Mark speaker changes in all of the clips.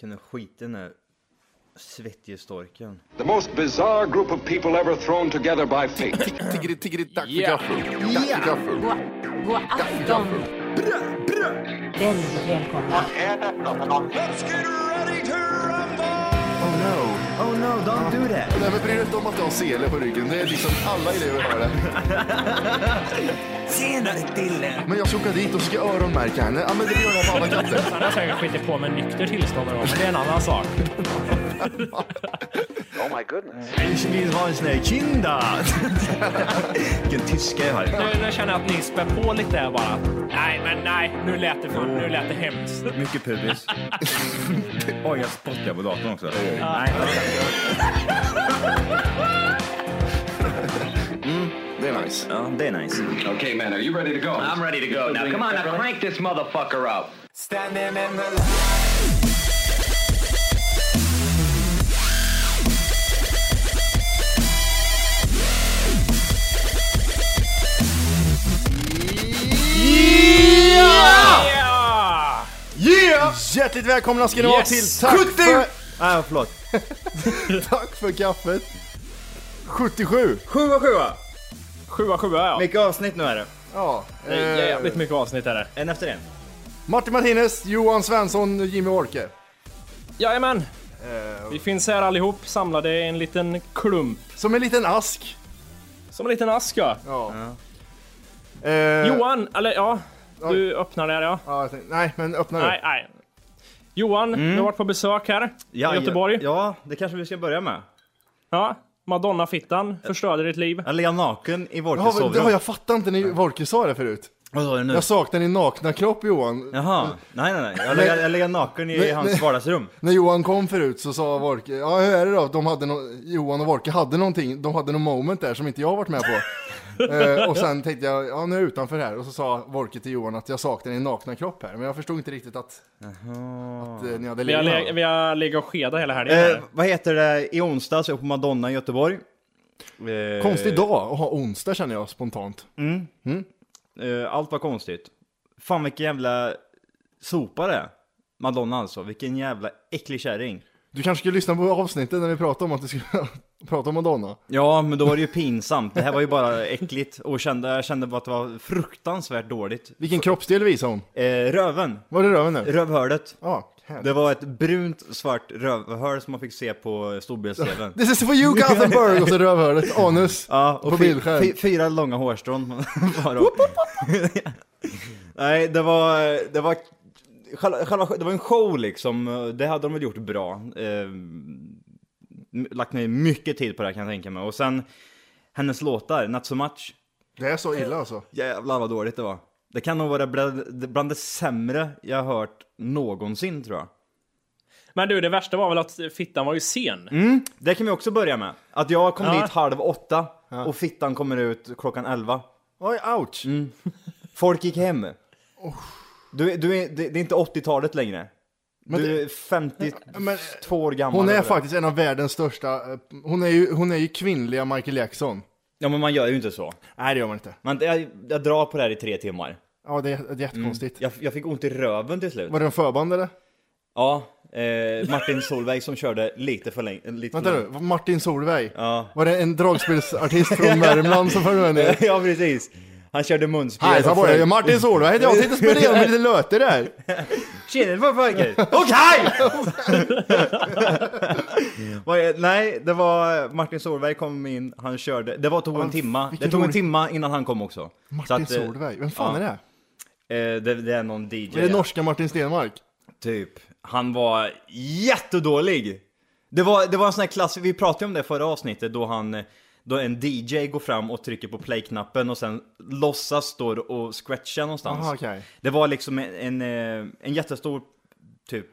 Speaker 1: kunde skita i den här svettige storken.
Speaker 2: The most bizarre group of people ever thrown together by fate.
Speaker 3: Tiggeri, tiggeri, tack för
Speaker 4: Yeah.
Speaker 3: gaffel. Tack för gaffel.
Speaker 5: God, god afton! Väldigt välkomna.
Speaker 3: Oh no.
Speaker 1: Oh no, don't do that!
Speaker 3: Nej men bry dig inte om att du har sele på ryggen. Det är liksom alla elever har det.
Speaker 1: Senare Dille!
Speaker 3: Men jag ska åka dit och ska öronmärka henne. Ja men det gör jag på alla katter.
Speaker 4: Han har säkert skitit på med nykter tillstånd och men det är en annan sak.
Speaker 6: Oh my goodness.
Speaker 1: Ich vill ha en sån här kinda! Vilken tyska jag har.
Speaker 4: Nu, nu känner jag att ni spär på lite här bara. Nej, men nej, nu lät det fan, nu lät det hemskt.
Speaker 1: Mycket pubis. Oj, jag spottar på datorn också. Nej,
Speaker 3: Det är nice.
Speaker 1: ja, Mm, det är nice. Mm.
Speaker 2: okay, man, are you ready to go?
Speaker 6: I'm ready to go now. Come on, now crank this motherfucker up.
Speaker 4: Ja!
Speaker 3: Yeah! Hjärtligt välkomna ska ni vara
Speaker 4: Yes!
Speaker 3: till Tack för,
Speaker 1: Nej, förlåt.
Speaker 3: tack för kaffet. 77.
Speaker 1: Sjua, sjua!
Speaker 4: Sjua, sjua ja.
Speaker 1: Mycket avsnitt nu är det.
Speaker 3: Ja.
Speaker 4: Det är
Speaker 3: eh,
Speaker 4: Jävligt mycket avsnitt är det.
Speaker 1: En efter en.
Speaker 3: Martin Martinez, Johan Svensson, Jimmy Orke.
Speaker 4: Jajamän! Vi finns här allihop samlade i en liten klump.
Speaker 3: Som en liten ask.
Speaker 4: Som en liten ask ja.
Speaker 3: Ja. Eh,
Speaker 4: Johan, eller ja. Du öppnar där ja.
Speaker 3: Ja, jag tänkte, nej men öppna
Speaker 4: Nej,
Speaker 3: nu.
Speaker 4: nej. Johan, du har varit på besök här i Göteborg. Ja.
Speaker 1: Ja, det kanske vi ska börja med.
Speaker 4: Madonna-fittan förstörde ditt liv.
Speaker 1: Jag låg naken i
Speaker 3: Jag
Speaker 1: Wolkes
Speaker 3: har, det har
Speaker 1: sovrum.
Speaker 3: jag fattar inte när Wolke sa det förut.
Speaker 1: Vad sa du nu?
Speaker 3: Jag saknar din nakna kropp Johan.
Speaker 1: Jaha, nej nej nej. Jag lägger, jag lägger naken i
Speaker 3: Nej,
Speaker 1: hans
Speaker 3: nej.
Speaker 1: vardagsrum.
Speaker 3: När Johan kom förut så sa Vorke, ja hur är det då? De hade nå- Johan och Vorke hade någonting, de hade någon moment där som inte jag har varit med på. eh, och sen tänkte jag, ja nu är jag utanför här. Och så sa Vorke till Johan att jag saknar din nakna kropp här. Men jag förstod inte riktigt att, att eh, ni hade
Speaker 4: Vi har, le-
Speaker 3: legat.
Speaker 4: vi har legat och skedat hela helgen. här.
Speaker 1: Eh, vad heter det? I onsdags uppe på Madonna i Göteborg. Eh,
Speaker 3: Konstig dag att ha onsdag känner jag spontant.
Speaker 1: eh, allt var konstigt. Fan vilken jävla sopa det är. Madonna alltså. Vilken jävla äcklig kärring.
Speaker 3: Du kanske skulle lyssna på avsnittet när vi pratade om att du skulle prata om Madonna.
Speaker 1: Ja, men då var det ju pinsamt. Det här var ju bara äckligt. Och kände, jag kände bara att det var fruktansvärt dåligt.
Speaker 3: Vilken kroppsdel visade hon?
Speaker 1: Eh, röven.
Speaker 3: Var det röven nu?
Speaker 1: Rövhålet.
Speaker 3: Ja. härligt.
Speaker 1: Det var ett brunt svart rövhål som man fick se på storbilds-tvn.
Speaker 3: This is for you Gothenburg! Och så rövhålet, anus.
Speaker 1: Ja, och
Speaker 3: På
Speaker 1: fy-
Speaker 3: bildskärm.
Speaker 1: fy- fyra långa hårstrån bara. Nej, det var, det var, själva, själva- det var en show liksom, det hade de väl gjort bra. Eh, lagt ner mycket tid på det här kan jag tänka mig. Och sen, hennes låtar, Not So Much,
Speaker 3: Det är så illa alltså.
Speaker 1: jävlar vad dåligt det var. Det kan nog vara bland, bland det sämre jag har hört någonsin tror jag.
Speaker 4: Men du, det värsta var väl att fittan var ju sen.
Speaker 1: Det kan vi också börja med. Att jag kom
Speaker 4: Ja.
Speaker 1: dit halv åtta och fittan kommer ut klockan elva. Mm.
Speaker 3: Oj, ouch!
Speaker 1: Folk gick hem. Du, du är, det, det är inte 80-talet längre. du är 52
Speaker 3: men-
Speaker 1: år gammal.
Speaker 3: Hon är
Speaker 1: eller?
Speaker 3: faktiskt en av världens största, eh, hon är ju, hon är ju kvinnliga Michael Jackson.
Speaker 1: Ja, men man gör ju inte så.
Speaker 3: Nej det gör man inte.
Speaker 1: Man, jag, jag drar på det här i tre timmar.
Speaker 3: Ja det är, det är jättekonstigt.
Speaker 1: Jag, jag fick ont i röven till slut.
Speaker 3: Var det en förband eller?
Speaker 1: Ja, eh, Martin Solveig som körde lite för länge. Lite
Speaker 3: Vänta
Speaker 1: för
Speaker 3: nu,
Speaker 1: länge.
Speaker 3: Martin Solveig?
Speaker 1: Ja.
Speaker 3: Var det en dragspelsartist från Värmland som förde med dig?
Speaker 1: ja, precis. Han körde munspel.
Speaker 3: Nej, så
Speaker 1: och
Speaker 3: var
Speaker 1: föll-
Speaker 3: det. Martin Solveig heter jag, sitter och spelar igenom med lite löter där.
Speaker 1: Tjenare på pojken! Okej! Vad är- Nej, det var Martin Solveig kom in, han körde. Det var, tog en timma. Det
Speaker 3: vilken
Speaker 1: tog en
Speaker 3: rolig-
Speaker 1: timma innan han kom också. Så
Speaker 3: Martin
Speaker 1: att, eh,
Speaker 3: Solveig, vem fan
Speaker 1: ja.
Speaker 3: är det?
Speaker 1: Eh, det, det är någon DJ.
Speaker 3: Är det norska Martin Stenmark?
Speaker 1: Typ. Han var jättedålig! Det var, det var en sån här klass, vi pratade om det förra avsnittet då han då en DJ går fram och trycker på play-knappen och sen låtsas står och scratcha någonstans.
Speaker 3: Aha, okej.
Speaker 1: Det var liksom en, en, eh, en jättestor, typ,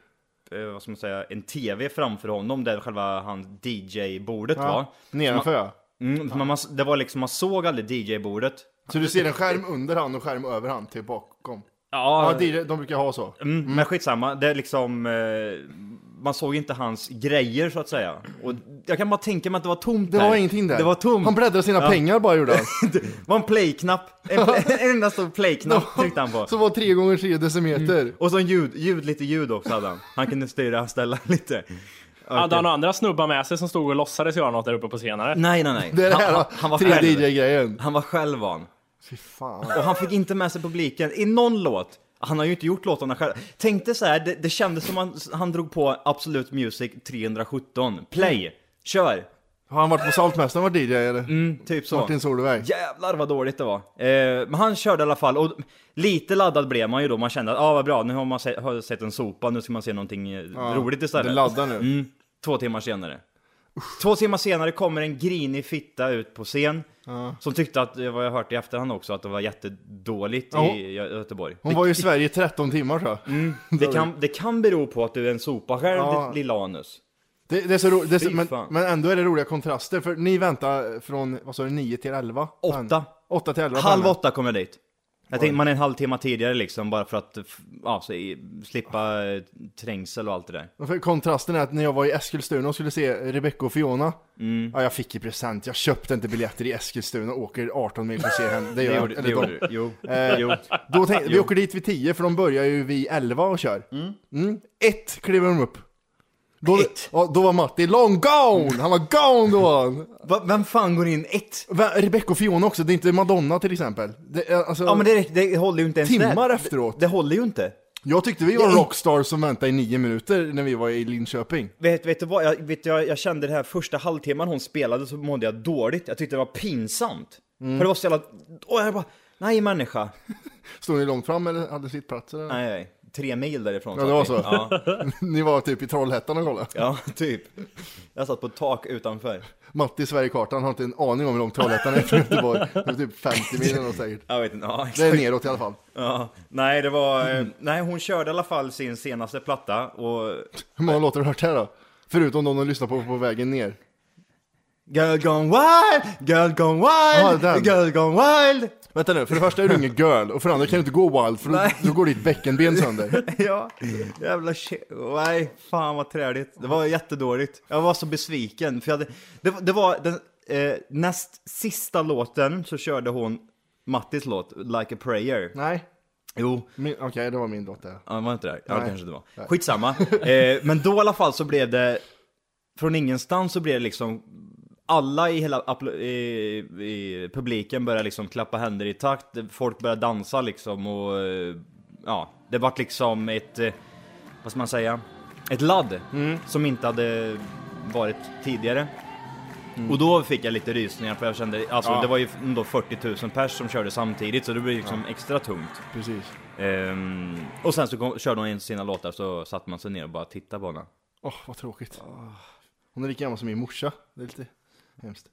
Speaker 1: eh, vad ska man säga, en TV framför honom där själva han DJ-bordet var.
Speaker 3: Ja, nedanför ja.
Speaker 1: Mm, men man, det var liksom, man såg aldrig DJ-bordet.
Speaker 3: Så du ser en skärm under han och skärm över han till bakom?
Speaker 1: Ja,
Speaker 3: Ja, DJ, de brukar ha så.
Speaker 1: Mm, Men skitsamma, det är liksom... Eh, man såg inte hans grejer så att säga. Och jag kan bara tänka mig att det var tomt
Speaker 3: Det
Speaker 1: där.
Speaker 3: var ingenting där.
Speaker 1: Det var tomt.
Speaker 3: Han bläddrade sina pengar bara gjorde han.
Speaker 1: Det var en playknapp. En, en enda stor playknapp tryckte han på.
Speaker 3: Så var tre gånger tre decimeter.
Speaker 1: Och så en ljud, ljud, lite ljud också hade han. Han kunde styra och ställa lite.
Speaker 4: Hade han några andra snubbar med sig som stod och låtsades göra något där uppe på senare?
Speaker 1: Nej, nej, nej.
Speaker 3: Det är det här
Speaker 1: han,
Speaker 3: då,
Speaker 1: han, han var
Speaker 3: tre
Speaker 1: själv.
Speaker 3: DJ-grejen.
Speaker 1: Han var själv var han.
Speaker 3: Fy fan.
Speaker 1: Och han fick inte med sig publiken i någon låt. Han har ju inte gjort låtarna själv. Tänkte så här, det, det kändes som han, han drog på Absolut Music 317. Play! Kör!
Speaker 3: Har han varit på Saltmästaren varit DJ eller?
Speaker 1: Mm, typ så.
Speaker 3: Martin Solveig.
Speaker 1: Jävlar vad dåligt det var. Eh, men han körde i alla fall och lite laddad blev man ju då. Man kände att ah, vad bra, nu har man se- har sett en sopa, nu ska man se någonting eh, roligt istället.
Speaker 3: Det laddar nu.
Speaker 1: Mm, två timmar senare. Två timmar senare kommer en grinig fitta ut på scen. Som tyckte att, eh, vad jag hört i efterhand också, att det var jättedåligt
Speaker 3: Ja.
Speaker 1: i Gö- Göteborg.
Speaker 3: Hon var ju i Sverige i 13 timmar tror jag.
Speaker 1: Det kan, det kan bero på att du är en sopa själv,
Speaker 3: Ja.
Speaker 1: ditt lilla anus.
Speaker 3: Det, det är så ro, det är så,
Speaker 1: Fy
Speaker 3: men,
Speaker 1: fan.
Speaker 3: men ändå är det roliga kontraster för ni väntar från, vad sa du, 9 till 11?
Speaker 1: Åtta.
Speaker 3: 8 till 11.
Speaker 1: Halv åtta kom jag dit. Jag tänkte man är en halvtimme tidigare liksom, bara för att f- ja, så, i- slippa eh, trängsel och allt det där.
Speaker 3: För kontrasten är att när jag var i Eskilstuna och skulle se Rebecca och Fiona.
Speaker 1: Mm.
Speaker 3: Ja, jag fick i present. Jag köpte inte biljetter i Eskilstuna och åker 18 mil för att se henne. Det
Speaker 1: Det
Speaker 3: gör jag.
Speaker 1: gjorde,
Speaker 3: eller
Speaker 1: det
Speaker 3: de.
Speaker 1: gjorde du. Jo.
Speaker 3: Eh,
Speaker 1: jo.
Speaker 3: Då tänkte, vi
Speaker 1: Jo.
Speaker 3: åker dit vid 10 för de börjar ju vid 11 och kör. Mm. Ett kliver de upp. Då,
Speaker 1: Ett?
Speaker 3: Ja, då var Matti long gone! Han var gone då!
Speaker 1: Va, vem fan går in ett?
Speaker 3: Va- Rebecca och Fiona också, det är inte Madonna till exempel. Det, är, alltså,
Speaker 1: Ja men det, räcker- det håller ju inte ens
Speaker 3: timmar
Speaker 1: det.
Speaker 3: efteråt.
Speaker 1: Det håller ju inte.
Speaker 3: jag tyckte vi var rockstars som väntade i 9 minuter när vi var i Linköping.
Speaker 1: Vet, vet du vad, jag, vet, du, jag, jag kände det här första halvtimman hon spelade så mådde jag dåligt. Jag tyckte det var pinsamt.
Speaker 3: Mm.
Speaker 1: För det var så jävla... Åh, jag bara, nej människa.
Speaker 3: Stod ni långt fram eller hade sittplatser? eller?
Speaker 1: Nej, nej. Tre mil därifrån.
Speaker 3: Ja, det var
Speaker 1: satt vi.
Speaker 3: så.
Speaker 1: Ja,
Speaker 3: Ni var typ i Trollhättan och kollade.
Speaker 1: ja, typ. Jag satt på ett tak utanför.
Speaker 3: Matti i Sverigekartan har inte en aning om hur långt Trollhättan är från Göteborg. Det är typ 50 mil eller något säkert.
Speaker 1: Jag vet inte, ja exakt.
Speaker 3: Det är neråt i alla fall.
Speaker 1: Ja, nej, det var... eh, Nej, hon körde i alla fall sin senaste platta och...
Speaker 3: Hur många låtar har du hört här då? Förutom de de lyssnar på på vägen ner.
Speaker 1: Girl gone wild, girl gone
Speaker 3: Ja,
Speaker 1: wild,
Speaker 3: den.
Speaker 1: girl gone wild.
Speaker 3: Vänta nu, för det första är du ingen girl och för det andra kan du inte gå wild för då,
Speaker 1: Nej.
Speaker 3: då går ditt bäckenben sönder.
Speaker 1: Ja, jävla shit. Nej, fan vad träligt. Det var jättedåligt. Jag var så besviken. För jag hade, det, var- det var den eh, näst sista låten så körde hon Mattis låt, Like a prayer.
Speaker 3: Nej,
Speaker 1: Jo,
Speaker 3: min- okej det var min låt det.
Speaker 1: ja, var inte det? Ja, det
Speaker 3: Nej.
Speaker 1: kanske det var. Skitsamma. Eh, men då i alla fall så blev det, från ingenstans så blev det liksom alla i hela appl- i, i publiken började liksom klappa händer i takt, folk började dansa liksom och eh, ja, det vart liksom ett, eh, vad ska man säga, ett ladd
Speaker 3: Mm.
Speaker 1: som inte hade varit tidigare.
Speaker 3: Mm.
Speaker 1: Och då fick jag lite rysningar för jag kände, alltså det var ju ändå 40 000 pers som körde samtidigt så det blev liksom extra tungt.
Speaker 3: Precis.
Speaker 1: Ehm, och sen så kom, körde hon in sina låtar så satt man sig ner och bara tittade på henne.
Speaker 3: Åh, vad tråkigt. Hon är lika gammal som min morsa. Det är lite hemskt.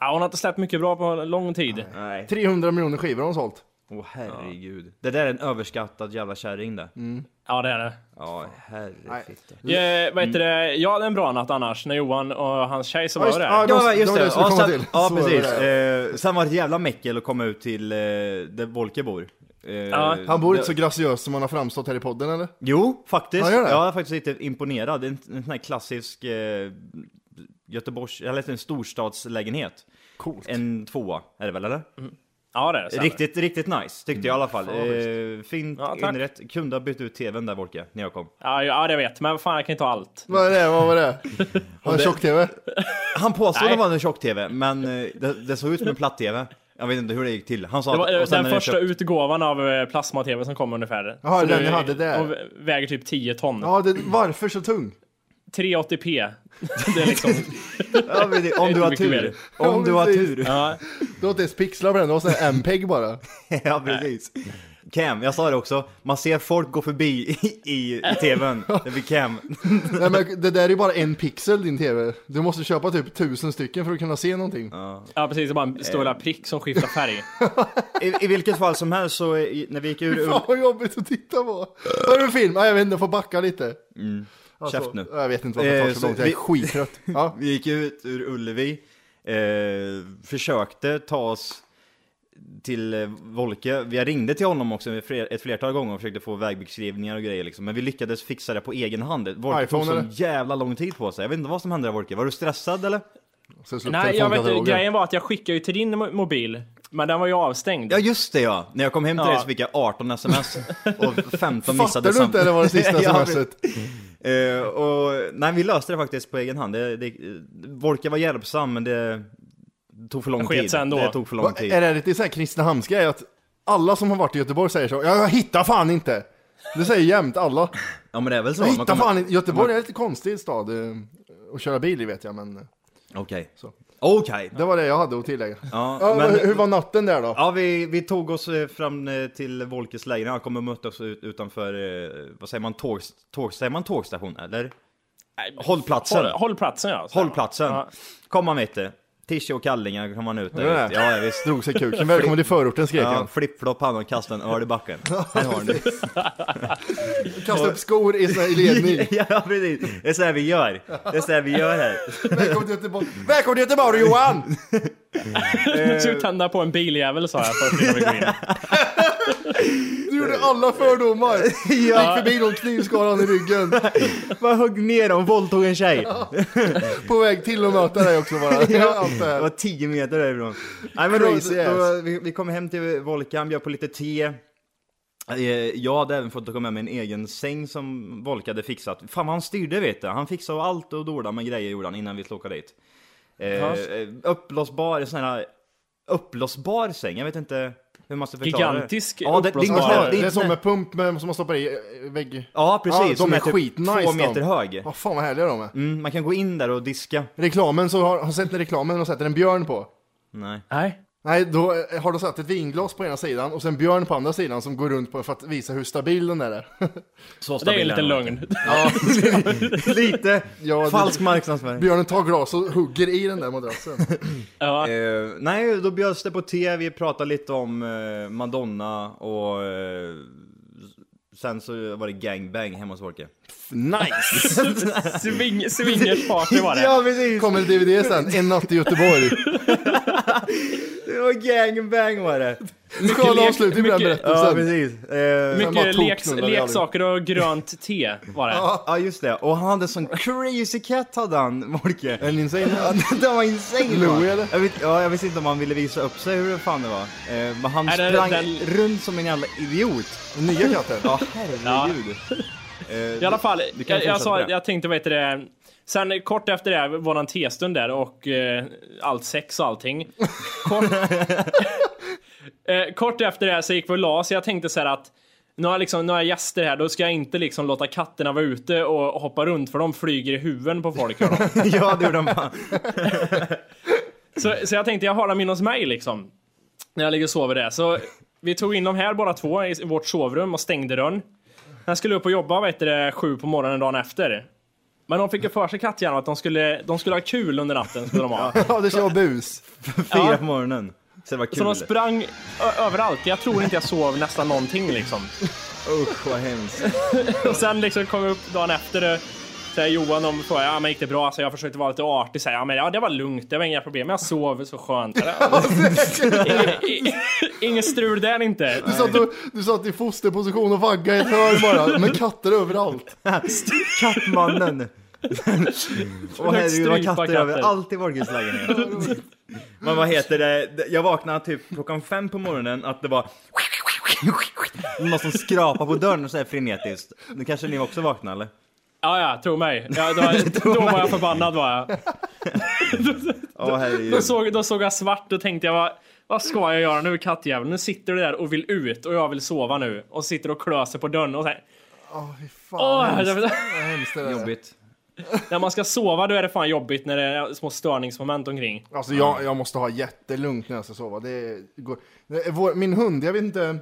Speaker 4: Ja, hon har inte släppt mycket bra på lång tid.
Speaker 1: Nej.
Speaker 3: 300 miljoner skivor har hon sålt.
Speaker 1: Åh herregud. Typ- Det där är en överskattad jävla kärring det.
Speaker 3: Mm.
Speaker 4: Ja, det är det.
Speaker 1: Ja, herrefitta.
Speaker 4: Ja, vad heter det? Jag hade en bra natt annars, när Johan och hans tjej som
Speaker 3: Ja,
Speaker 4: var
Speaker 3: just-
Speaker 4: där.
Speaker 3: det var-
Speaker 1: Ja,
Speaker 3: det
Speaker 1: just
Speaker 3: var
Speaker 1: det.
Speaker 3: det jag skulle
Speaker 1: Ja,
Speaker 3: komma
Speaker 1: sen,
Speaker 3: till.
Speaker 1: ja
Speaker 3: Så var
Speaker 1: precis.
Speaker 3: det.
Speaker 1: Eh, sen var det ett jävla mäckel att komma ut till eh, där Wolke bor. Eh,
Speaker 4: Ja.
Speaker 3: Han bor
Speaker 1: det-
Speaker 3: inte så graciös som han har framstått här i podden eller?
Speaker 1: Jo, faktiskt.
Speaker 3: Ja,
Speaker 1: Ja,
Speaker 3: gör det.
Speaker 1: jag är faktiskt lite imponerad. Det är En, en sån här klassisk eh, Göteborgs, eller en storstadslägenhet.
Speaker 3: Coolt.
Speaker 1: En tvåa är det väl eller?
Speaker 4: Ja, det är det. Stämmer.
Speaker 1: Riktigt, riktigt nice tyckte
Speaker 3: Mm.
Speaker 1: jag i alla fall. Eh, fint
Speaker 4: Ja, tack.
Speaker 1: inrätt. Kunde ha bytt ut tvn där Wolke, när jag kom.
Speaker 4: Ja, ja, det vet. Men vad fan, jag kan inte ha allt.
Speaker 3: Vad är det? Vad var det? Har han tjock-tv?
Speaker 1: Han påstod
Speaker 4: Nej.
Speaker 1: att det var en tjock-tv, men eh, det, det såg ut som en platt-tv. Jag vet inte hur det gick till. Han sa
Speaker 4: Det var eh,
Speaker 1: och sen
Speaker 4: den
Speaker 1: när jag
Speaker 4: första
Speaker 1: köpte-
Speaker 4: utgåvan av eh, plasma-tv som kom ungefär.
Speaker 3: Jaha,
Speaker 4: Så
Speaker 3: den
Speaker 4: det-
Speaker 3: ni hade där.
Speaker 4: Och vä- väger typ 10 ton.
Speaker 3: Ja, det, varför så tung?
Speaker 4: 380p. Det är liksom...
Speaker 1: Ja, men det- Om du har
Speaker 4: mycket
Speaker 1: tur.
Speaker 4: mer.
Speaker 1: Om
Speaker 3: Ja,
Speaker 1: du har
Speaker 3: precis.
Speaker 1: tur.
Speaker 4: ja.
Speaker 3: Du har inte ens pixlar på den, du har sån här MPEG bara.
Speaker 1: Ja, precis. Cam, jag sa det också. Man ser folk gå förbi i, i, i tvn. Det blir cam.
Speaker 3: Nej, men det där är ju bara en pixel din tv. Du måste köpa typ tusen stycken för att kunna se någonting.
Speaker 4: ja, precis. Det är bara en stor jävla prick som skiftar färg.
Speaker 1: I, I vilket fall som helst så, i, när vi gick ur...
Speaker 3: Fan vad jobbigt att titta på! Vad är det för film? Ah, jag vet inte, jag får backa lite. Alltså,
Speaker 1: Eh. Mm. Käft nu.
Speaker 3: Jag vet inte varför det tar
Speaker 1: Eh,
Speaker 3: så
Speaker 1: så
Speaker 3: långt, jag är
Speaker 1: vi-
Speaker 3: skittrött. Ja.
Speaker 1: Vi gick ut ur Ullevi, eh, försökte ta oss till eh, Volke, vi ringde till honom också fler- ett flertal gånger och försökte få vägbeskrivningar och grejer liksom. Men vi lyckades fixa det på egen hand. Volke tog
Speaker 3: iPhone,
Speaker 1: så
Speaker 3: eller?
Speaker 1: jävla lång tid på sig. Jag vet inte vad som hände där Volke, var du stressad eller?
Speaker 3: Så slå upp
Speaker 4: Nej, jag vet inte.
Speaker 3: telefonkatalogen.
Speaker 4: Grejen var att jag skickade ju till din mo- mobil, men den var ju avstängd.
Speaker 1: Ja just det ja! När jag kom hem till
Speaker 4: Ja.
Speaker 1: dig så fick jag 18 sms och 15 missade
Speaker 3: Fattar du inte? Det var det sista
Speaker 1: Ja, men-
Speaker 3: smset.
Speaker 1: Eh, och, nej, vi löste det faktiskt på egen hand. Det, det, eh, Volker var hjälpsam, men det tog för lång
Speaker 4: Det sket
Speaker 1: tid.
Speaker 4: sig ändå.
Speaker 1: Det tog för lång
Speaker 3: Va,
Speaker 1: tid.
Speaker 3: Är det lite så här Kristinehamnsgrej att alla som har varit i Göteborg säger så? Ja, jag hittar fan inte! Det säger jämt alla.
Speaker 1: Ja, men det är väl så.
Speaker 3: Jag
Speaker 1: Man
Speaker 3: hittar
Speaker 1: kommer-
Speaker 3: fan inte. Göteborg är en lite konstig stad eh, att köra bil i vet jag, men
Speaker 1: Okej.
Speaker 3: Så.
Speaker 1: Okej.
Speaker 3: det var det jag hade att tillägga.
Speaker 1: Ja,
Speaker 3: Ja,
Speaker 1: men-
Speaker 3: hur var natten där då?
Speaker 1: Ja, vi, vi tog oss eh, fram eh, till Volkes lägenhet. Han kom och mötte oss ut- utanför, eh, vad säger man, tåg, tåg, säger man tågstation eller?
Speaker 4: Nej, men-
Speaker 1: Hållplatsen.
Speaker 4: Håll, hållplatsen ja. Så.
Speaker 1: Hållplatsen.
Speaker 4: Ja.
Speaker 1: Kom han vet du. Tische och kallingar kom han ut
Speaker 3: Var det
Speaker 1: där.
Speaker 3: det?
Speaker 1: Ja, ja, visst.
Speaker 3: Drog sig kuken. Välkommen till förorten skrek
Speaker 1: Ja,
Speaker 3: han.
Speaker 1: Flip-flop han och kastade en öl i backen. Här har ni.
Speaker 3: Kastade upp skor i, sån här- i ledning.
Speaker 1: Ja precis, det är så här vi gör. Det är så här vi gör här.
Speaker 3: Välkommen till Göteborg. Välkommen till Göteborg Johan!
Speaker 4: Du ska tända på en biljävel sa jag först innan vi går in.
Speaker 3: Du gjorde alla fördomar. Gick förbi någon knivskaran i ryggen.
Speaker 1: Bara högg ner dem, våldtog en tjej.
Speaker 3: På väg till att möta dig också bara. Ja. Allt det
Speaker 1: Det var
Speaker 3: här.
Speaker 1: 10 meter därifrån. Nej, men då,
Speaker 3: Crazy ass.
Speaker 1: då, vi, vi kom hem till Volkan, han bjöd på lite te. Eh, Jag hade även fått ta med mig en egen säng som Volka hade fixat. Fan vad han styrde vet du. Han fixade allt och dårdade med grejer gjorde han innan vi skulle åka dit. Eh,
Speaker 4: Ja.
Speaker 1: eh, uppblåsbar, sån här uppblåsbar säng. Jag vet inte hur man ska förklara
Speaker 4: Gigantisk
Speaker 1: det. Ja, det, det är inte
Speaker 4: uppblåsbar.
Speaker 1: sån här- det
Speaker 3: Ja,
Speaker 1: är
Speaker 3: det
Speaker 1: inte
Speaker 3: är
Speaker 1: sån
Speaker 3: som
Speaker 1: här-
Speaker 3: med pump med, som man stoppar i eh, vägg.
Speaker 1: Ja precis,
Speaker 3: Ja,
Speaker 1: som
Speaker 3: de är
Speaker 1: typ
Speaker 3: skitnice
Speaker 1: två
Speaker 3: de.
Speaker 1: meter hög.
Speaker 3: Vad fan vad härliga de är.
Speaker 1: Mm, man kan gå in där och diska.
Speaker 3: Reklamen, så har, har sett en reklamen och sätter en björn på.
Speaker 1: Nej.
Speaker 4: Nej.
Speaker 3: Nej, då eh, har de satt ett vinglas på ena sidan och sen björn på andra sidan som går runt på för att visa hur stabil den där är.
Speaker 1: Så
Speaker 4: Det är ju
Speaker 1: stabil
Speaker 4: lite
Speaker 1: är den.
Speaker 4: lögn.
Speaker 1: Lite
Speaker 3: Ja, det-
Speaker 1: falsk marknadsföring.
Speaker 3: Björnen tar glas och hugger i den där madrassen.
Speaker 4: Ja.
Speaker 1: Eh, nej, då bjöds det på te, vi pratade lite om eh, Madonna och eh, sen så var det gangbang hemma hos Folke.
Speaker 3: Nice!
Speaker 4: Swing, swingersparty var det.
Speaker 1: precis!
Speaker 3: Kommer en DVD sen, En natt i Göteborg.
Speaker 1: Det var gangbang var det!
Speaker 3: Skala
Speaker 4: lek-
Speaker 3: avslut i den
Speaker 4: mycket-
Speaker 1: Ja,
Speaker 3: berättelsen.
Speaker 1: precis. Eh,
Speaker 3: Sen bara
Speaker 4: Mycket
Speaker 3: tok
Speaker 4: leks,
Speaker 3: nu, det var
Speaker 4: leksaker och grönt te var det.
Speaker 1: Ja just det, och han hade sån crazy cat hade han, Folke.
Speaker 3: En insane.
Speaker 1: Det var insane! va?
Speaker 3: Louis, eller?
Speaker 1: Jag, vet, ja, jag visste inte om han ville visa upp sig hur fan det var. Eh, men han
Speaker 4: Nej, det-
Speaker 1: sprang
Speaker 4: den-
Speaker 1: runt som en jävla idiot.
Speaker 3: Den nya katten.
Speaker 1: Ja herregud. Eh,
Speaker 4: I alla fall,
Speaker 1: vi kan
Speaker 4: jag, jag,
Speaker 1: fortsätta på
Speaker 4: sa,
Speaker 1: det.
Speaker 4: jag tänkte vet du det. Sen kort efter det, här, våran testund där och eh, allt sex och allting. Kort, eh, kort efter det här så gick vi och la oss. Jag tänkte så här att nu har, jag liksom, nu har jag gäster här, då ska jag inte liksom låta katterna vara ute och hoppa runt för de flyger i huven på folk. hör de.
Speaker 1: ja det gjorde han fan.
Speaker 4: så, så jag tänkte jag har dem in hos mig liksom. När jag ligger och sover där. Så vi tog in dem här bara två i vårt sovrum och stängde dörren. Jag skulle upp och jobba vet du, det, sju på morgonen dagen efter. Men de fick ju för sig katthjärnan att de skulle, de skulle ha kul under natten. Skulle de ha.
Speaker 3: Ja, det kör bus.
Speaker 1: Fyra
Speaker 4: Ja.
Speaker 1: på morgonen. Så det var kul.
Speaker 4: Så de sprang ö- överallt. Jag tror inte jag sov nästan någonting liksom.
Speaker 1: Usch vad hemskt.
Speaker 4: Och sen liksom kom jag upp dagen efter det. Så här, Johan om frågade, ja men gick det bra? Så jag försökte vara lite artig, så här, ja men ja, det var lugnt, det var inga problem, jag sov så skönt. Inget- Inget strul där inte.
Speaker 3: Du satt, och, du satt i fosterposition och vaggade i ett hörn bara, med katter överallt.
Speaker 1: Kattmannen. Åh herregud, det var
Speaker 4: strypa
Speaker 1: katter
Speaker 4: katter.
Speaker 1: överallt i Borges lägenhet. Men vad heter det, jag vaknade typ klockan fem på morgonen att det var någon som skrapade på dörren så här frenetiskt. Nu kanske ni också vaknade eller?
Speaker 4: Ja, ja, tro mig. Ja, då, då var jag förbannad var jag.
Speaker 1: Åh
Speaker 4: Då
Speaker 1: herregud.
Speaker 4: såg, då såg jag svart och tänkte jag vad, vad ska jag göra nu kattjävel? Nu sitter du där och vill ut och jag vill sova nu och sitter och klöser på dörren och så här.
Speaker 3: Åh, fy fan.
Speaker 4: Åh,
Speaker 3: vad hemskt.
Speaker 4: jag-
Speaker 3: Vad hemskt det där är.
Speaker 1: Jobbigt.
Speaker 4: när man ska sova då är det fan jobbigt när det är små störningsmoment omkring.
Speaker 3: Alltså jag, jag måste ha jättelugnt när jag ska sova. Det går. Vår, min hund, jag vet inte.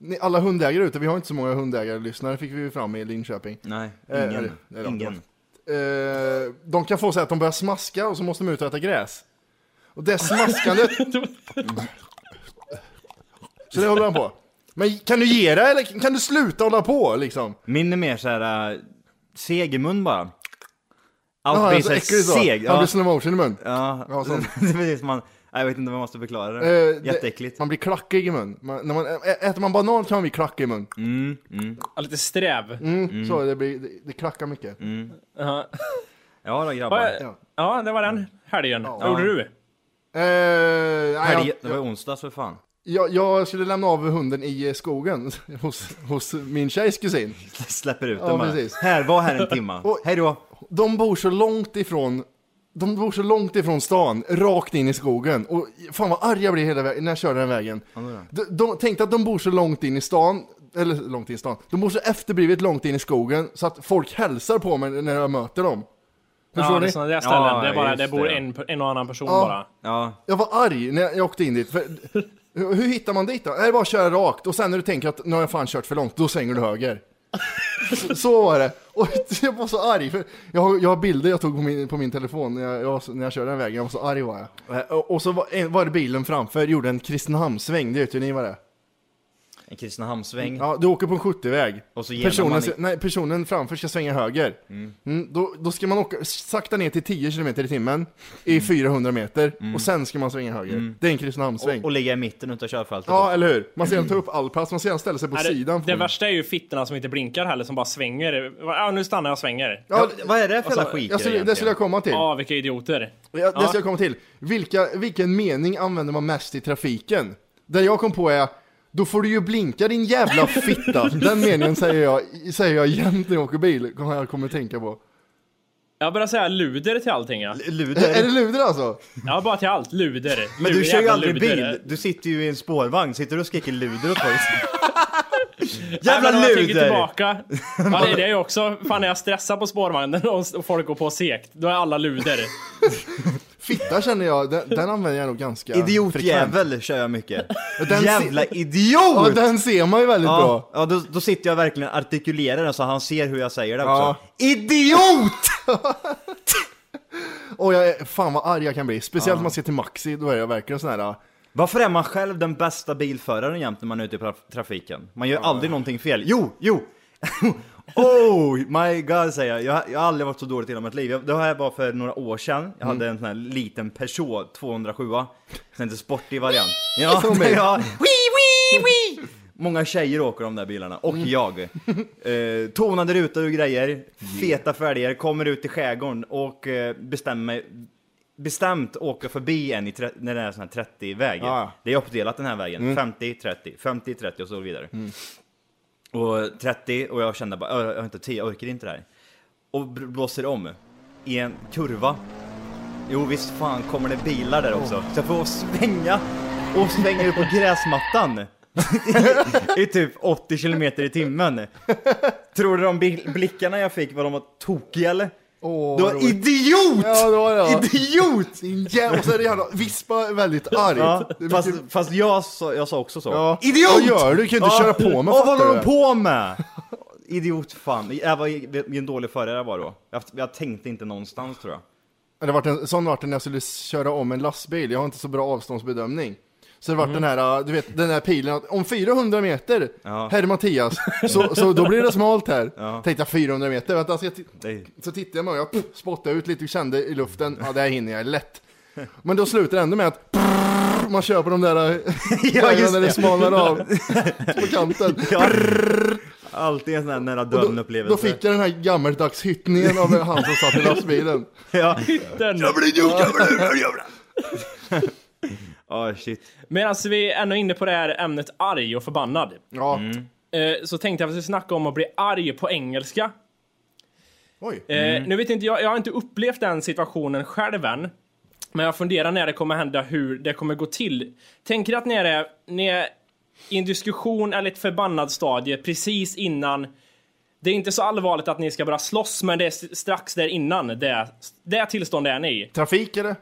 Speaker 3: ni- Alla hundägare ute, vi har inte så många hundägare-lyssnare fick vi ju fram i Linköping.
Speaker 1: Nej,
Speaker 3: Eh, är
Speaker 1: ingen.
Speaker 3: det- är det
Speaker 1: ingen.
Speaker 3: långt Eh, de kan få så här att de börjar smaska och så måste de ut och äta gräs. Och det smaskandet, så det håller han på. Men kan du ge det eller kan du sluta hålla på liksom?
Speaker 1: Min är mer såhär, äh, seg i mun bara. Allt
Speaker 3: Jaha,
Speaker 1: blir
Speaker 3: han är Ah, så
Speaker 1: såhär
Speaker 3: äcklig så.
Speaker 1: seg.
Speaker 3: Han
Speaker 1: Ja,
Speaker 3: blir slow motion i mun.
Speaker 1: ja.
Speaker 3: Ja, sånt.
Speaker 1: precis. Man, Jag vet inte om jag måste förklara
Speaker 3: Eh,
Speaker 1: det.
Speaker 3: det-
Speaker 1: Jätteäckligt.
Speaker 3: Man blir klackig i mun. Man, när man, ä- äter man banan kan man bli klackig i mun.
Speaker 1: Mm.
Speaker 4: Ja, Lite sträv.
Speaker 3: Mm, Så det, blir, det, det klackar mycket.
Speaker 1: Mm.
Speaker 3: Eh,
Speaker 4: Jaha.
Speaker 1: Ja då grabbar.
Speaker 4: Ja, ja, det var den helgen. Vad gjorde du?
Speaker 3: Eh, nej,
Speaker 1: Helge-
Speaker 3: jag,
Speaker 1: Det var onsdags för fan.
Speaker 3: jag, jag skulle lämna av hunden i eh, skogen hos, hos min tjejs kusin.
Speaker 1: Släpper ut
Speaker 3: Ja,
Speaker 1: den bara.
Speaker 3: precis.
Speaker 1: Här, var här en timma.
Speaker 3: Och-
Speaker 1: Hej då.
Speaker 3: De bor så långt ifrån de bor så långt ifrån stan, rakt in i skogen. Och fan vad arg jag blir hela vägen, när jag körde den vägen. De, de tänkte att de bor så långt in i stan, eller långt in i stan, de bor så efterblivet långt in i skogen så att folk hälsar på mig när jag möter dem. Förstår
Speaker 4: Ja, det är
Speaker 3: ni?
Speaker 4: sådana där ställen.
Speaker 1: Ja,
Speaker 4: det, är bara,
Speaker 1: just
Speaker 4: det bor
Speaker 1: det.
Speaker 4: en, en och annan person
Speaker 3: Ja.
Speaker 4: bara.
Speaker 1: Ja,
Speaker 3: Jag var arg när jag åkte in dit. För, hur, hur hittar man dit då? Det är bara att köra rakt och sen när du tänker att nu har jag fan kört för långt, då svänger du höger. Så, så var det. Och jag var så arg. För jag, har, jag har bilder jag tog på min, på min telefon när jag, jag, när jag körde den vägen. Jag var så arg var jag. Eh, Och, och så var, en- var det bilen framför, gjorde en Kristinehamnssväng, det vet ju ni vad det är.
Speaker 1: en Kristinehamnssväng.
Speaker 3: Ja, du åker på en 70-väg.
Speaker 1: Och så genom
Speaker 3: Personen,
Speaker 1: man
Speaker 3: ska-
Speaker 1: i-
Speaker 3: nej, personen framför ska svänga höger. Mm, då, då ska man åka sakta ner till 10 km i timmen i
Speaker 1: Mm.
Speaker 3: 400 meter och sen ska man svänga höger. Det är en Kristinehamnssväng.
Speaker 1: Och, och ligga i mitten utav körfältet.
Speaker 3: Ja, eller hur? Alltså, Man ser dem ta upp all plats, man ser dem ställa sig på
Speaker 4: Nej,
Speaker 3: sidan.
Speaker 4: det, det
Speaker 3: på-
Speaker 4: värsta är ju fittorna som inte blinkar heller, som bara svänger. Ja, nu stannar jag och svänger. Ja,
Speaker 3: Ja,
Speaker 1: Ja, vad är det för jävla
Speaker 4: Alltså,
Speaker 1: skit
Speaker 3: jag skulle, det skulle jag komma till.
Speaker 4: vilka idioter.
Speaker 3: Jag, det ska jag komma till. Vilka, vilken mening använder man mest i trafiken? Det jag kom på är, då får du ju blinka din jävla fitta. Den meningen säger jag, säger jag jämt när jag åker bil, kommer jag kommer tänka på.
Speaker 4: Jag börjar säga luder till allting ja.
Speaker 3: Är
Speaker 1: Luder.
Speaker 3: det luder alltså?
Speaker 4: Ja, bara till allt. Luder.
Speaker 1: Men du
Speaker 4: Luder,
Speaker 1: kör ju
Speaker 4: jävla
Speaker 1: aldrig
Speaker 4: luder.
Speaker 1: bil. Du sitter ju i en spårvagn. Sitter du och skriker luder åt folk?
Speaker 4: Nej,
Speaker 1: Jävla
Speaker 4: men om Jag tänker
Speaker 1: luder!
Speaker 4: tillbaka. Ja, det är det ju också. Fan, när jag stressar på spårvagnen och och folk går på segt, då är alla luder.
Speaker 3: Fitta känner jag, den, den använder jag nog ganska frekvent.
Speaker 1: Idiotjävel kör jag mycket.
Speaker 3: den
Speaker 1: Jävla
Speaker 3: ser-
Speaker 1: idiot!
Speaker 3: Ja, den ser man ju väldigt
Speaker 1: Ja,
Speaker 3: bra.
Speaker 1: ja då, då sitter jag verkligen och artikulerar den så han ser hur jag säger det också.
Speaker 3: Ja.
Speaker 1: Idiot!
Speaker 3: Och jag, är- fan vad arg jag kan bli. Speciellt när man ska till Maxi, då är jag verkligen sån här...
Speaker 1: Varför är man själv den bästa bilföraren jämt när man är ute i traf- trafiken? Man gör aldrig någonting fel. Jo, jo! oh my god säger jag. jag. Jag har aldrig varit så dåligt i hela mitt liv. Jag, det här var för några år sedan. Jag hade en sån här liten Peugeot 207. Sen inte sportig variant. Ja,
Speaker 3: Som mig.
Speaker 1: ja. Wee, wee, wee. Många tjejer åker de där bilarna, och
Speaker 3: Mm.
Speaker 1: jag. Eh, tonade rutor och grejer, feta fälgar, kommer ut i skärgården och eh, bestämmer mig bestämt åka förbi en i tre- när det är sån här 30-väg.
Speaker 3: Ja. Mm.
Speaker 1: Det är uppdelat den här vägen, 50, 30, 50, 30 och så vidare. Och 30 och jag kände bara, "Ö, jag har inte tid, jag orkar inte det här. Och bl- blåser om i en kurva. Jo visst fan kommer det bilar där också. Så jag får svänga och svänga ut på gräsmattan. I, I typ 80 kilometer i timmen. Tror du de bil- blickarna jag fick var de var tokiga eller?
Speaker 3: Åh,
Speaker 1: du
Speaker 3: vad
Speaker 1: var
Speaker 3: roligt.
Speaker 1: idiot!
Speaker 3: Ja, det var det.
Speaker 1: Idiot!
Speaker 3: Din jävla... Och så är det jävla... Vispa är väldigt argt.
Speaker 1: Ja,
Speaker 3: Det är
Speaker 1: fast,
Speaker 3: mycket-
Speaker 1: fast jag, sa, jag sa också så.
Speaker 3: Ja.
Speaker 1: Idiot!
Speaker 3: Vad gör du? Du kan ju inte köra på mig,
Speaker 1: Och vad
Speaker 3: fattar
Speaker 1: håller
Speaker 3: du?
Speaker 1: de på med? Idiot fan. Jag var en dålig förare jag var då. Jag, jag tänkte inte någonstans tror jag.
Speaker 3: Det vart en sån vart det när jag skulle köra om en lastbil. Jag har inte så bra avståndsbedömning. Så det vart den här, du vet, den här pilen. att Om 400 meter,
Speaker 1: Ja.
Speaker 3: herr Mattias, så, så då blir det smalt här.
Speaker 1: Ja.
Speaker 3: Tänkte jag 400 meter, vänta, så, jag ti-
Speaker 1: Nej.
Speaker 3: så tittade jag mig och jag pff, spottade ut lite och kände i luften, ja det här hinner jag lätt. Men då slutar det ändå med att prrr, man kör på de där
Speaker 1: Ja,
Speaker 3: vägarna
Speaker 1: just
Speaker 3: när det
Speaker 1: det.
Speaker 3: smalnar av på kanten.
Speaker 1: Ja. Alltid en sån här nära
Speaker 3: Och
Speaker 1: döden
Speaker 3: Då, då
Speaker 1: upplevelse.
Speaker 3: fick jag den här gammeldags hyttningen av han som satt i lastbilen.
Speaker 1: Ja.
Speaker 4: Den.
Speaker 1: Ja, shit.
Speaker 4: Medan vi är ändå inne på det här ämnet arg och förbannad.
Speaker 3: Ja,
Speaker 4: eh, Så tänkte jag att vi skulle snacka om att bli arg på engelska.
Speaker 3: oj.
Speaker 4: Eh, Nu vet inte jag, jag har inte upplevt den situationen själv än. Men jag funderar när det kommer hända, hur det kommer gå till. Tänker att när det är, när jag är i en diskussion eller ett förbannad stadie precis innan. Det är inte så allvarligt att ni ska börja slåss, men det är s- strax där innan det, det tillståndet är ni i.
Speaker 3: Trafik eller?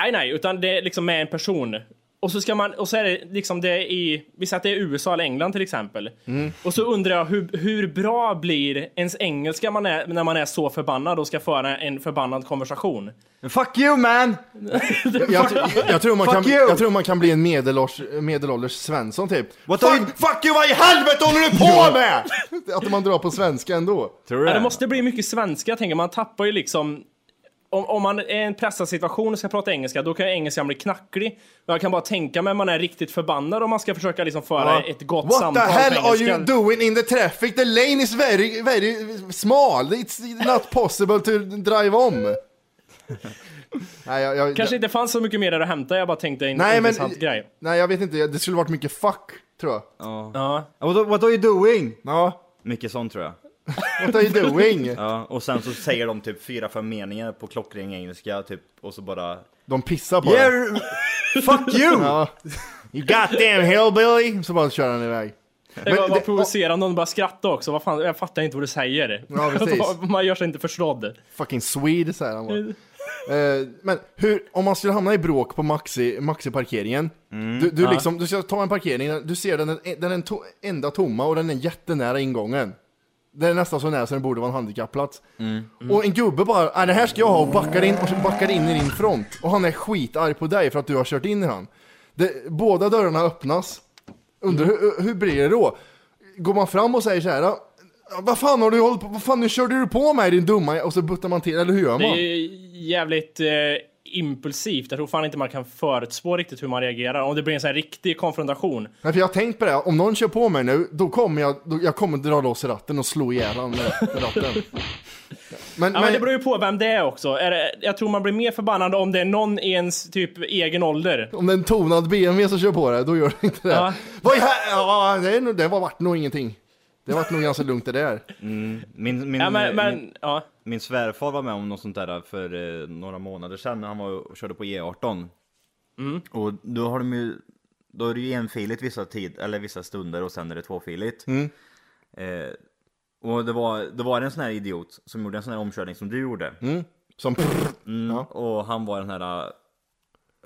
Speaker 4: Nej, nej, utan det är liksom med en person. Och så ska man, och så är det liksom det är i, vi säger att det är USA eller England till exempel.
Speaker 3: Mm.
Speaker 4: Och så undrar jag hur, hur bra blir ens engelska man är, när man är så förbannad och ska föra en förbannad konversation?
Speaker 1: Fuck you man!
Speaker 3: Jag, jag, tror man
Speaker 1: Fuck
Speaker 3: kan,
Speaker 1: you!
Speaker 3: jag tror man kan bli en medelålders, medelålders Svensson typ.
Speaker 1: What
Speaker 3: fuck,
Speaker 1: are you-
Speaker 3: fuck you, vad i helvete håller du på med? Att man drar på svenska ändå.
Speaker 1: Tror du
Speaker 4: Ja, det måste bli mycket svenska, jag tänker man tappar ju liksom om, om man är i en pressad situation och ska prata engelska, då kan ju engelskan bli knacklig. Och jag kan bara tänka mig att man är riktigt förbannad om man ska försöka liksom föra ett gott
Speaker 3: What the
Speaker 4: samtal
Speaker 3: hell
Speaker 4: på
Speaker 3: are you
Speaker 4: engelska.
Speaker 3: doing in the traffic? The lane is very, very small. It's not possible to drive om. Nej, jag, jag,
Speaker 4: Kanske inte fanns så mycket mer där att hämta, jag bara tänkte en
Speaker 3: Nej, men-
Speaker 4: intressant grej.
Speaker 3: Nej, jag vet inte. Det skulle varit mycket fuck, tror jag.
Speaker 4: Ja.
Speaker 1: What, what are you doing?
Speaker 3: Ja,
Speaker 1: Mycket sånt tror jag.
Speaker 3: what are you doing?
Speaker 1: Ja, och sen så säger de typ fyra, fem meningar på klockren engelska typ och så bara
Speaker 3: De pissar på dig.
Speaker 1: Yeah, fuck you!
Speaker 3: Ja.
Speaker 1: You goddamn hillbilly!
Speaker 3: Så bara kör han iväg.
Speaker 4: Det var, var
Speaker 3: det-
Speaker 4: provocerande om de bara skrattade också. Vad fan, jag fattar inte vad du säger.
Speaker 3: Ja, precis.
Speaker 4: man gör sig inte förstådd.
Speaker 3: Fucking Swede säger han bara. Eh, men hur, om man skulle hamna i bråk på maxi, maxiparkeringen.
Speaker 4: Mm,
Speaker 3: Du, du, liksom, du ska ta en parkering, du ser den, den är to, enda tomma och den är jättenära ingången. Den är nästan så nära så den borde vara en handikappplats.
Speaker 4: Mm,
Speaker 3: Och en gubbe bara, "Ah, det här ska jag ha och backar in och så backar in i din front. Och han är skitarg på dig för att du har kört in i han. Det, båda dörrarna öppnas. Undrar
Speaker 4: Mm.
Speaker 3: hur, hur blir det då? Går man fram och säger så här. "Ah, Vad fan har du hållit på Vad fan nu körde du på mig din dumma Och så buttar man till, eller hur gör
Speaker 4: Det
Speaker 3: man?
Speaker 4: är ju jävligt eh, impulsivt. Jag tror fan inte man kan förutspå riktigt hur man reagerar. Om det blir en sån här riktig konfrontation.
Speaker 3: Nej, för jag har tänkt på det, här. om någon kör på mig nu, då kommer jag, då, jag kommer dra loss ratten och slå ihjäl honom med ratten. Men,
Speaker 4: Ja, men
Speaker 3: men,
Speaker 4: det beror ju på vem det är också. Är det, jag tror man blir mer förbannad om det är någon i ens typ egen ålder.
Speaker 3: om det är en tonad BMW som kör på dig, då gör det inte det.
Speaker 4: Ja.
Speaker 3: Vad i här? Ja, det, är nog- det var vart nog ingenting. Det vart nog ganska lugnt det där.
Speaker 1: Min, min,
Speaker 4: Ja, men,
Speaker 1: min,
Speaker 4: men ja.
Speaker 1: min svärfar var med om något sånt där för eh, några månader sedan när han var och körde på E E18.
Speaker 3: Mm.
Speaker 1: Och då har de ju, då är det ju enfiligt vissa tid, eller vissa stunder och sen är det tvåfiligt.
Speaker 3: Mm.
Speaker 1: Eh, och det var, det var en sån här idiot som gjorde en sån här omkörning som du gjorde.
Speaker 3: Mm. Som Ja.
Speaker 1: Och han var den här eh,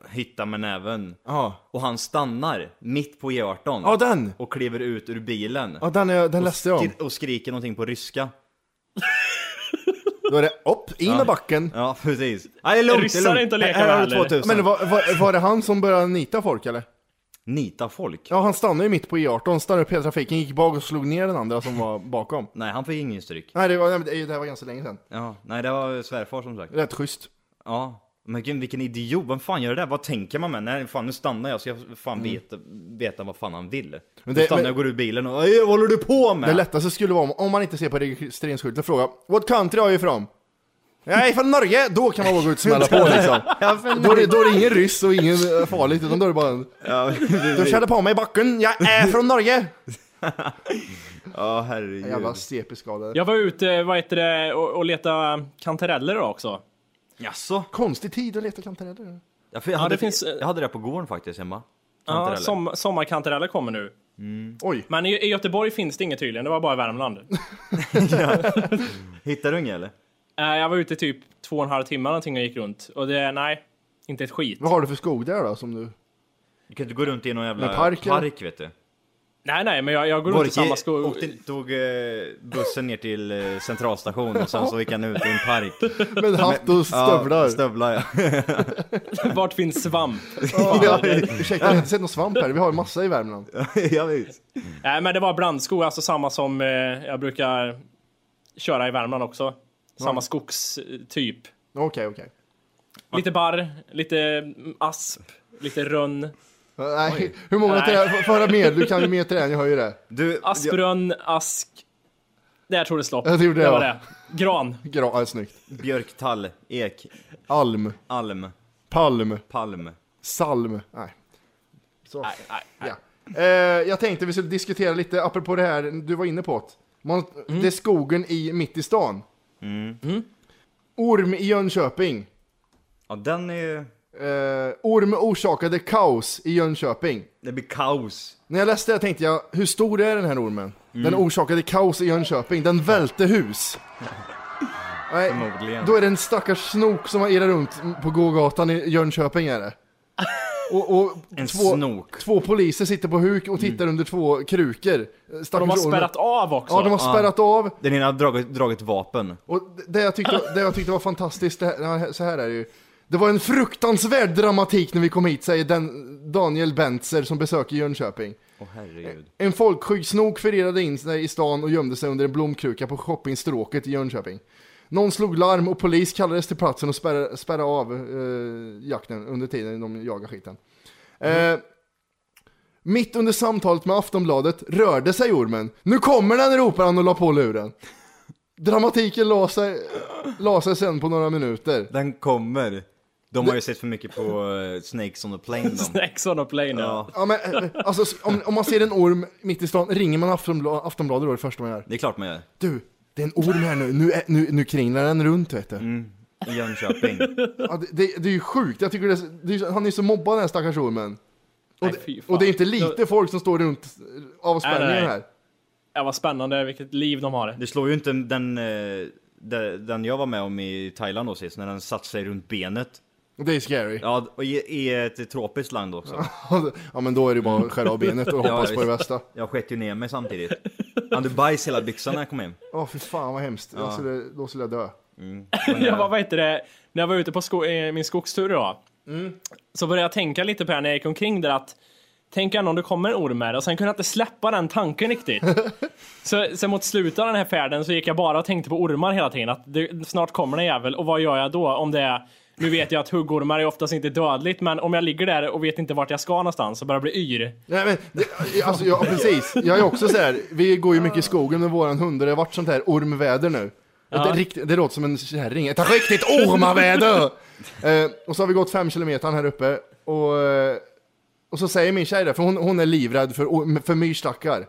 Speaker 1: hytta med näven.
Speaker 3: Ja,
Speaker 1: Och han stannar mitt på E18.
Speaker 3: Ja, den!
Speaker 1: Och kliver ut ur bilen.
Speaker 3: ja den, är, den läste jag om.
Speaker 1: Skri- Och skriker någonting på ryska.
Speaker 3: Då är det upp, in med backen.
Speaker 1: Ja, precis. Nej, det är lugnt, det
Speaker 4: Ryssar
Speaker 1: är
Speaker 4: är
Speaker 1: lugnt.
Speaker 4: inte att leka
Speaker 1: Här
Speaker 4: med
Speaker 1: har du
Speaker 4: heller.
Speaker 1: 2000.
Speaker 3: Men var, var, var det han som började nita folk eller?
Speaker 1: Nita folk?
Speaker 3: Ja, han stannade ju mitt på E18, stannade upp hela trafiken, gick bak och slog ner den andra som var bakom.
Speaker 1: Nej, han fick ingen stryk.
Speaker 3: Nej, det, var, nej, men det det här var ganska länge sedan.
Speaker 1: Ja, nej, det var svärfar som sagt.
Speaker 3: Rätt schysst.
Speaker 1: Ja. Men gud, vilken idiot, vem fan gör det där? Vad tänker man med? Nej, fan nu stannar jag så jag fan veta, veta vad fan han vill. Men
Speaker 3: det-
Speaker 1: det, stannar
Speaker 3: Mm. men-
Speaker 1: jag och går ur bilen och "Ej, vad håller du på med?
Speaker 3: Det lättaste skulle vara om, om man inte ser på registreringsskylten fråga What country are you from? Jag är från Norge! Då kan man bara gå ut och smälla på liksom. Då är, det, då är det ingen ryss och ingen eh, farligt utan då är det bara en...
Speaker 1: Ja,
Speaker 3: Du körde på mig i backen, jag är från Norge!
Speaker 1: ja herregud.
Speaker 3: Jävla CP-skadade.
Speaker 4: Jag var ute vad heter det, och, och letade kantareller då också.
Speaker 1: Jaså?
Speaker 3: Konstig tid att leta kantareller.
Speaker 1: Ja, för jag, hade,
Speaker 4: det finns, eh,
Speaker 1: jag hade det på gården faktiskt hemma.
Speaker 4: Ja,
Speaker 1: Kantareller.
Speaker 4: som, sommarkantareller kommer nu.
Speaker 3: Oj.
Speaker 4: Men i, i Göteborg finns det inget tydligen, det var bara i Värmland.
Speaker 1: Hittar du inget eller?
Speaker 4: Eh, jag var ute typ två och en halv timme någonting och gick runt. Och det, nej, inte ett skit.
Speaker 3: Vad har du för skog där då som du...
Speaker 1: Du kan inte gå runt i någon jävla
Speaker 3: Men park,
Speaker 1: park,
Speaker 3: eller?
Speaker 1: vet du.
Speaker 4: Nej, nej, men jag, jag går runt i samma skog.
Speaker 1: åkte, tog eh, bussen ner till eh, centralstation och sen så gick han ut i en park.
Speaker 3: Med hatt och stövlar.
Speaker 1: Ja, stövlar ja.
Speaker 4: Vart finns svamp?
Speaker 3: Ja, ursäkta, jag har inte sett någon svamp här. Vi har massa i Värmland.
Speaker 1: ja visst.
Speaker 4: Nej, men det var brandskog, alltså samma som eh, jag brukar köra i Värmland också. Samma skogstyp.
Speaker 3: Okej, okej.
Speaker 4: Lite barr, lite mm, asp, lite rönn.
Speaker 3: Nej, hur många
Speaker 4: Nej.
Speaker 3: trä... Få höra mer, du kan ju mer trä, jag hör ju det.
Speaker 1: Du, jag,
Speaker 4: Asprönn, ask. Där tog det slopp.
Speaker 3: Jag tror det,
Speaker 4: var
Speaker 3: ja.
Speaker 4: det. Gran.
Speaker 3: Gra... Ja, snyggt.
Speaker 1: björktall, ek,
Speaker 3: Alm.
Speaker 1: alm,
Speaker 3: Palm.
Speaker 1: palm.
Speaker 3: Salm. Nej. Så.
Speaker 4: Nej, nej, nej.
Speaker 3: Ja. Eh, jag tänkte vi skulle diskutera lite, apropå det här du var inne på. att Man, Det är skogen i mitt i stan. Mm. Orm i Jönköping.
Speaker 1: Ja den är
Speaker 3: Eh, orm orsakade kaos i Jönköping.
Speaker 1: Det blir kaos.
Speaker 3: När jag läste det tänkte jag, hur stor är den här ormen? Den orsakade kaos i Jönköping, den välte hus. Nej,
Speaker 1: Förmodligen.
Speaker 3: då är det en stackars snok som har irrat runt på gågatan i Jönköping är det. Och, och
Speaker 1: En
Speaker 3: två,
Speaker 1: snok.
Speaker 3: två poliser sitter på huk och tittar under två krukor. Stackars
Speaker 4: Mm. De har
Speaker 3: ormen.
Speaker 4: spärrat av också.
Speaker 3: Ja, de har spärrat av.
Speaker 1: Den ena har dragit, dragit vapen.
Speaker 3: Och det jag tyckte, det jag tyckte var fantastiskt, det här, så här är det ju. Det var en fruktansvärd dramatik när vi kom hit, säger den Daniel Bentzer som besöker Jönköping.
Speaker 1: Åh herregud.
Speaker 3: En folkskygg snok förirrade in sig i stan och gömde sig under en blomkruka på shoppingstråket i Jönköping. Någon slog larm och polis kallades till platsen och spärrade, spärrade av eh, jakten under tiden de jagade skiten. Eh, mitt under samtalet med Aftonbladet rörde sig ormen. Nu kommer den, ropade han och la på luren. Dramatiken la sig, la sig sen på några minuter.
Speaker 1: Den kommer. De har ju sett för mycket på eh, Snakes on a plane de.
Speaker 4: Snacks on a plane ja.
Speaker 1: Ja,
Speaker 3: Ja, men, eh, alltså, s- om, om man ser en orm mitt i stan, ringer man Aftonbla- Aftonbladet då det första man gör?
Speaker 1: det är klart man gör.
Speaker 3: Du, det är en orm här nu, nu, är- nu, nu kringlar den runt vet du.
Speaker 4: Mm.
Speaker 1: I Jönköping.
Speaker 3: Ja, det, det, det är ju sjukt, jag tycker det, är så- det är, så- han är ju så mobbad den här stackars ormen. Och,
Speaker 4: Nej, fy
Speaker 3: det,
Speaker 4: fan.
Speaker 3: och det är inte lite folk som står runt av
Speaker 4: Nej, nej,
Speaker 3: spänningen
Speaker 4: nej.
Speaker 3: här.
Speaker 4: ja, vad spännande vilket liv de har.
Speaker 1: Det slår ju inte den, eh, de- den jag var med om i Thailand då sist, när den satte sig runt benet.
Speaker 3: Och Det är scary.
Speaker 1: Ja, och i, i ett tropiskt land också.
Speaker 3: Ja men då är det ju bara att skära av benet och
Speaker 1: Ja,
Speaker 3: hoppas
Speaker 1: visst.
Speaker 3: på det bästa.
Speaker 1: Jag sket ju ner mig samtidigt. Jag hade bajs i hela byxan när jag kom hem.
Speaker 3: Åh fy fan vad hemskt, jag skulle, då skulle jag dö.
Speaker 4: Jag var, vad heter det, när jag var ute på sko eh, min skogstur idag, så började jag tänka lite på det här när jag gick omkring där att Tänk gärna om det kommer en orm här och sen kunde jag inte släppa den tanken riktigt. så, sen mot slutet av den här färden så gick jag bara och tänkte på ormar hela tiden. Att det, snart kommer en jävel och vad gör jag då om det är nu vet jag att huggormar är oftast inte dödligt, men om jag ligger där och vet inte vart jag ska någonstans och börjar bli yr.
Speaker 3: Nej men, det, alltså ja precis. Jag är också så här. vi går ju mycket i skogen med våran hund och det har varit sånt här ormväder nu. Det, är rikt, det låter som en kärring, ett riktigt ormaväder! eh, och så har vi gått fem kilometer här uppe och, eh, och så säger min tjej det, för hon, hon är livrädd för, or- för myrstackar.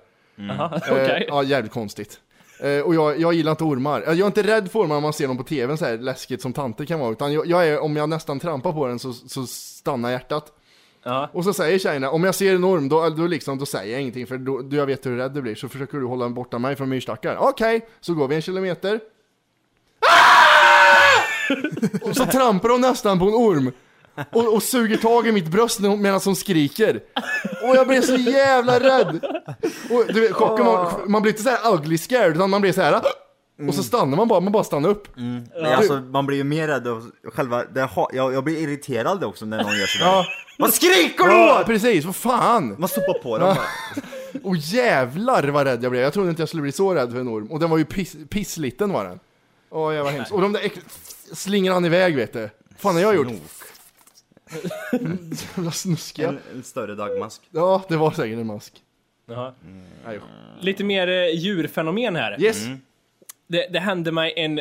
Speaker 4: Aha,
Speaker 3: Eh,
Speaker 4: okej.
Speaker 3: Ja, jävligt konstigt. Eh, och jag, jag gillar inte ormar. Eh, Jag är inte rädd för ormar om man ser dem på tvn så här läskigt som tanter kan vara. Utan jag, jag är, om jag nästan trampar på den så, så stannar hjärtat.
Speaker 4: Ja.
Speaker 3: Och så säger tjejerna, om jag ser en orm då, då, liksom, då säger jag ingenting för då, då jag vet hur rädd du blir. Så försöker du hålla borta mig från myrstackar. Okej, så går vi en kilometer. Ah! och så trampar hon nästan på en orm. Och, och suger tag i mitt bröst när hon- medan hon skriker. Och jag blev så jävla rädd. Och, du vet, chocken var, man blir inte så här ugly scared utan man blir så här. "Ah!" Och så stannar man bara, man bara stannar upp.
Speaker 1: Men alltså, man blir ju mer rädd av själva, det, ha- jag, jag blir irriterad också när någon gör sådär. Vad skriker du
Speaker 3: Ja,
Speaker 1: åt?
Speaker 3: precis, vad fan!
Speaker 1: Man sopar på dem bara.
Speaker 3: Och jävlar vad rädd jag blev. Jag trodde inte jag skulle bli så rädd för en orm. Och den var ju piss, pissliten var den. Åh jävla hemskt. Och de där äck- slingrar han iväg vet du. fan har jag gjort? Jävla snuskiga.
Speaker 1: En, en större dagmask.
Speaker 3: Ja, det var säkert en mask.
Speaker 4: Jaha.
Speaker 3: Nej,
Speaker 4: Lite mer eh, djurfenomen här.
Speaker 3: Yes!
Speaker 4: det, det hände mig en,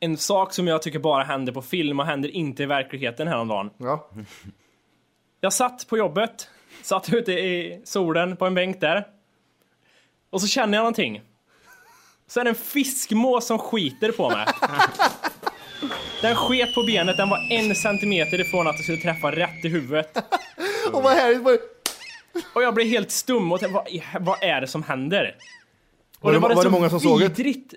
Speaker 4: en sak som jag tycker bara händer på film och händer inte i verkligheten häromdagen.
Speaker 3: Ja.
Speaker 4: Jag satt på jobbet, satt ute i solen på en bänk där. Och så känner jag någonting. Så är det en fiskmås som skiter på mig. Den sket på benet, den var en centimeter ifrån att det skulle träffa rätt i huvudet.
Speaker 3: Och vad härligt var det?
Speaker 4: Och jag blev helt stum och tänkte, vad, i- vad är det som händer? Och
Speaker 3: Var det- var det
Speaker 4: så
Speaker 3: många som såg det?
Speaker 4: vidrigt.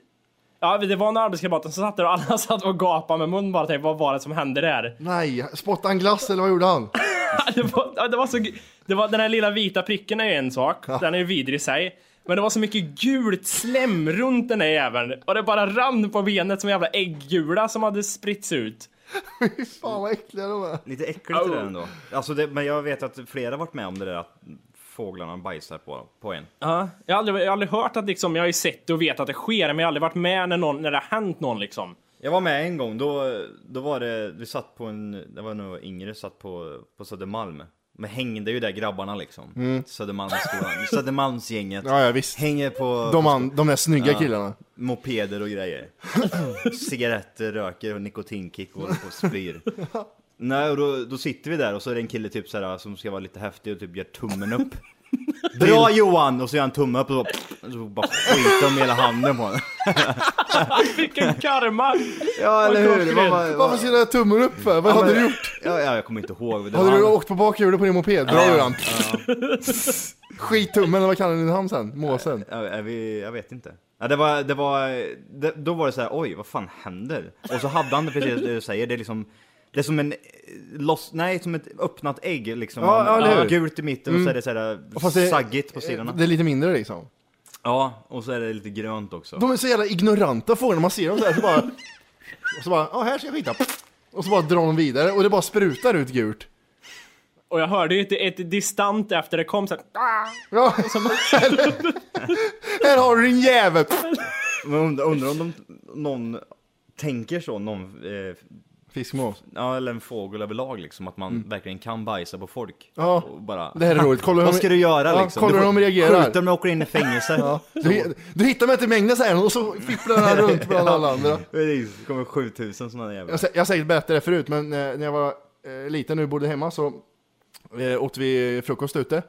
Speaker 4: Ja, det var en arbetskamrat som satt där och alla satt och gapade med munnen bara tänkte, vad var det som hände där?
Speaker 3: Nej, spottade han glass eller vad gjorde han?
Speaker 4: det, var, ja, det var så... gu- Det var, den här lilla vita pricken är ju en sak, den är ju vidrig i sig. Men det var så mycket gult slem runt den där jäveln och det bara rann på benet som en jävla äggula som hade spritts ut.
Speaker 3: Fy fan vad äckliga de är.
Speaker 1: Lite äckligt det där ändå. Alltså det, men jag vet att flera varit med om det där att fåglarna bajsar på, på en.
Speaker 4: Ja, jag, har aldrig, jag har aldrig hört att liksom, jag har ju sett det och vet att det sker, men jag har aldrig varit med när, någon, när det har hänt någon liksom.
Speaker 1: Jag var med en gång, då, då var det, vi satt på en, det var nog yngre, satt på, på Södermalm. Men hängde ju där grabbarna liksom. Södermalmsskolan, Södermalmsgänget.
Speaker 3: Mm. Ja, ja visst.
Speaker 1: Hänger på,
Speaker 3: De,
Speaker 1: på
Speaker 3: an, de där snygga killarna.
Speaker 1: mopeder och grejer. Cigaretter, röker och nikotinkick och håller på och spyr. Nej, och då, då sitter vi där och så är det en kille typ så här, som ska vara lite häftig och typ gör tummen upp. Bra Johan! Och så gör han tummen upp och så, och så bara skiter de hela handen på honom.
Speaker 4: Vilken karma!
Speaker 1: Ja eller
Speaker 4: hur? Det var
Speaker 3: Varför skulle jag tummen upp för? Vad hade du gjort?
Speaker 1: Ja, ja, jag kommer inte ihåg. Det var
Speaker 3: Hade du
Speaker 1: han-
Speaker 3: åkt på bakhjulet på din moped? Bra Göran! Skittummen, eller vad kallar ni han sen? Måsen?
Speaker 1: Ja, är vi, jag vet inte. Ja, det var, det var, det, då var det så här, oj vad fan händer? Och så hade han det precis det du säger, det är liksom det är som en eh, loss, nej som ett öppnat ägg liksom.
Speaker 3: Ja, ja, eller hur?
Speaker 1: gult i mitten och så är det eh, så här eh,
Speaker 3: Fast det-
Speaker 1: saggigt på sidorna.
Speaker 3: Det är lite mindre liksom.
Speaker 1: Ja, och så är det lite grönt också.
Speaker 3: De är så jävla ignoranta fåglarna, man ser dem så här så bara... Och så bara, ja här ska jag skita. Och så bara drar de vidare och det bara sprutar ut gult.
Speaker 4: Och jag hörde ju ett, ett distant efter det kom så här,
Speaker 3: Ja. här har du din jävel!
Speaker 1: Men undrar, undrar om de, någon tänker så, någon, eh,
Speaker 3: Fiskmås.
Speaker 1: ja, eller en fågel överlag liksom, att man verkligen kan bajsa på folk.
Speaker 3: Ja.
Speaker 1: Och bara,
Speaker 3: Det här är roligt. Kolla hur
Speaker 1: vad
Speaker 3: de-
Speaker 1: ska du göra
Speaker 3: Ja,
Speaker 1: liksom?
Speaker 3: kolla
Speaker 1: du
Speaker 3: hur
Speaker 1: får
Speaker 3: de reagerar.
Speaker 1: Skjuta dem och åker in i fängelse. ja.
Speaker 3: Du, du hittar mig inte i mängden säger han och så fipplar han runt bland alla andra.
Speaker 1: Det kommer 7000 sådana jävla...
Speaker 3: Jag, sä- jag har säkert berättat det förut, men eh, när jag var eh, liten nu bodde hemma så eh, åt vi frukost ute.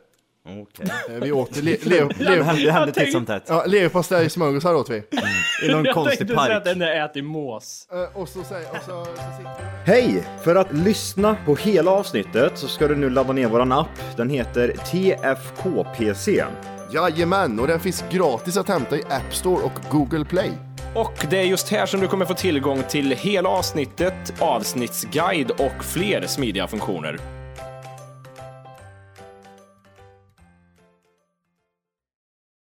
Speaker 1: Mm, Okej.
Speaker 3: Eh, vi åt le, le,
Speaker 1: Det
Speaker 3: le,
Speaker 1: hände, det hände titt
Speaker 4: tänkte-
Speaker 1: som tätt.
Speaker 3: ja, leverpastej, smörgåsar åt vi.
Speaker 1: I någon
Speaker 4: Jag
Speaker 1: konstig
Speaker 4: tänkte säga
Speaker 1: park.
Speaker 4: att den där äter mås.
Speaker 3: Eh, och så säger, och så, så sitter...
Speaker 1: Hej! För att lyssna på hela avsnittet så ska du nu ladda ner våran app. Den heter TFKPC.
Speaker 3: Jajamän, och den finns gratis att hämta i App Store och Google Play.
Speaker 7: Och det är just här som du kommer få tillgång till hela avsnittet, avsnittsguide och fler smidiga funktioner.